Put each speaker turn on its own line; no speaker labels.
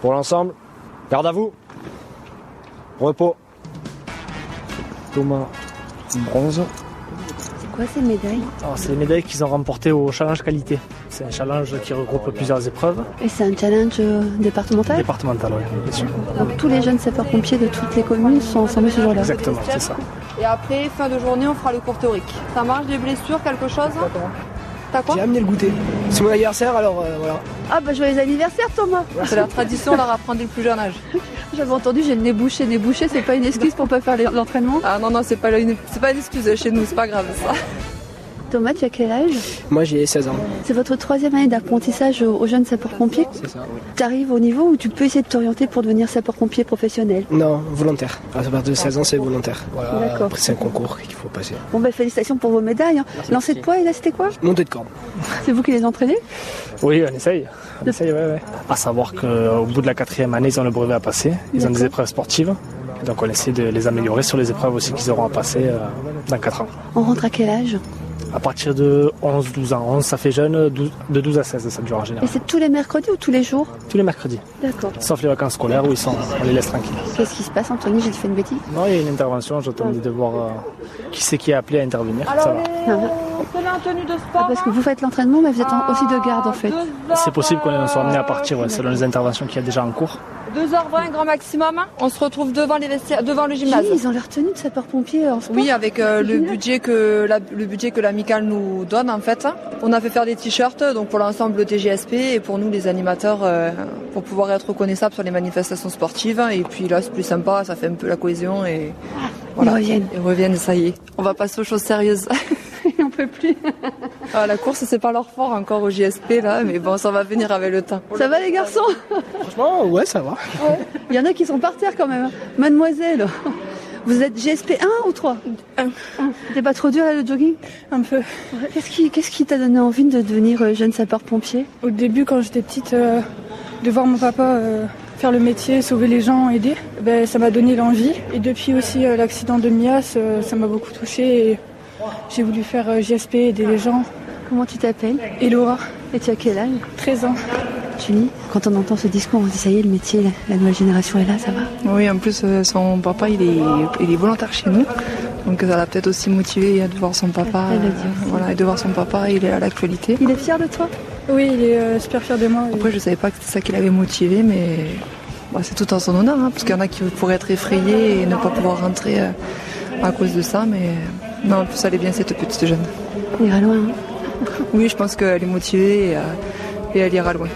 Pour l'ensemble, garde à vous. Repos. Thomas, bronze.
C'est quoi ces médailles
Alors, c'est les médailles qu'ils ont remportées au challenge qualité. C'est un challenge qui regroupe plusieurs épreuves
Et c'est un challenge euh, départemental
départementales. ouais, bien sûr.
Donc tous les jeunes sapeurs-pompiers de toutes les communes sont ensemble ce jour-là.
Exactement, c'est ça.
Et après, fin de journée, on fera le cours théorique. Ça marche, des blessures, quelque chose T'as quoi
J'ai amené le goûter. C'est mon anniversaire, alors euh, voilà.
Ah bah joyeux anniversaire Thomas
C'est la tradition, on leur apprend dès le plus jeune âge.
J'avais entendu j'ai le nez bouché, nez bouché, c'est pas une excuse pour pas faire les- l'entraînement.
Ah non, non, c'est pas, une- c'est pas une excuse chez nous, c'est pas grave ça.
Thomas, tu as quel âge
Moi, j'ai 16 ans.
C'est votre troisième année d'apprentissage aux aux jeunes sapeurs-pompiers.
C'est ça.
Tu arrives au niveau où tu peux essayer de t'orienter pour devenir sapeur-pompier professionnel.
Non, volontaire. À partir de 16 ans, c'est volontaire. Voilà.
D'accord.
Après, c'est un concours qu'il faut passer.
Bon bah félicitations pour vos médailles. hein. Lancer de poids et là c'était quoi
Montée de corde.
C'est vous qui les entraînez
Oui, on essaye. On essaye, ouais, ouais. À savoir qu'au bout de la quatrième année, ils ont le brevet à passer. Ils ont des épreuves sportives. Donc on essaie de les améliorer sur les épreuves aussi qu'ils auront à passer euh, dans 4 ans.
On rentre à quel âge
À partir de 11-12 ans. 11, ça fait jeune. 12 de 12 à 16, ça dure en
Et
général.
c'est tous les mercredis ou tous les jours
Tous les mercredis.
D'accord.
Sauf les vacances scolaires où ils sont, on les laisse tranquilles.
Qu'est-ce qui se passe Anthony J'ai fait une bêtise.
Non, il y a une intervention, j'attends de voir euh, qui c'est qui est appelé à intervenir. Ça va.
Alors, les... on se met en tenue de sport. hein.
Ah, parce que vous faites l'entraînement mais vous êtes en- aussi de garde en
Ah,
fait.
C'est possible qu'on soit amené à partir ouais, selon les interventions qu'il y a déjà en cours.
2h20 grand maximum, hein. on se retrouve devant, les vestiaires, devant le
Oui,
gymnase.
ils ont leur tenue de sapeur-pompier en sport.
Oui, avec euh,
C'est
le
génial.
budget que la- le budget que l'amicale nous donne en fait. On a fait faire des t-shirts donc pour l'ensemble le TGSP et pour nous les animateurs euh, pour pouvoir être reconnaissables sur les manifestations sportives et puis là c'est plus sympa, ça fait un peu la cohésion et
Ils reviennent.
Ils reviennent, ça y est. On va passer aux choses sérieuses.
on peut plus.
Ah, la course c'est pas leur fort encore au JSP là, mais bon ça va venir avec le temps.
Ça va les garçons
Franchement, ouais, ça va.
Il y en a qui sont par terre quand même. hein. Mademoiselle, vous êtes GSP 1 ou 3
Un.
C'était pas trop dur là, le jogging
Un peu.
Qu'est-ce qui qu'est-ce qui t'a donné envie de devenir euh, jeune sapeur-pompier
Au début, quand j'étais petite, euh, de voir mon papa euh, faire le métier, sauver les gens, aider, ben, ça m'a donné l'envie. Et depuis aussi euh, l'accident de Mias, euh, ça m'a beaucoup touchée et j'ai voulu faire euh, JSP, aider les gens.
Comment tu t'appelles
Et Laura,
Et tu as quel âge
13 ans.
Julie, quand on entend ce discours, on se dit ça y est, le métier, la, la nouvelle génération est là, ça va.
Oui, en plus euh, son papa il est, il est volontaire chez nous, donc ça l'a peut-être aussi motivé de voir son papa, euh,
Elle le dit aussi.
voilà, et de voir son papa, il est à l'actualité.
Il est fier de toi
Oui, il est euh, super fier de moi. Et-
Après, je savais pas que c'était ça qui l'avait motivé, mais bah, c'est tout en son honneur, hein, parce qu'il y en a qui pourraient être effrayés et ne pas pouvoir rentrer euh, à cause de ça, mais euh, non, en plus, elle est bien cette petite jeune.
Il ira loin. hein.
Oui, je pense qu'elle est motivée et, euh, et elle ira loin.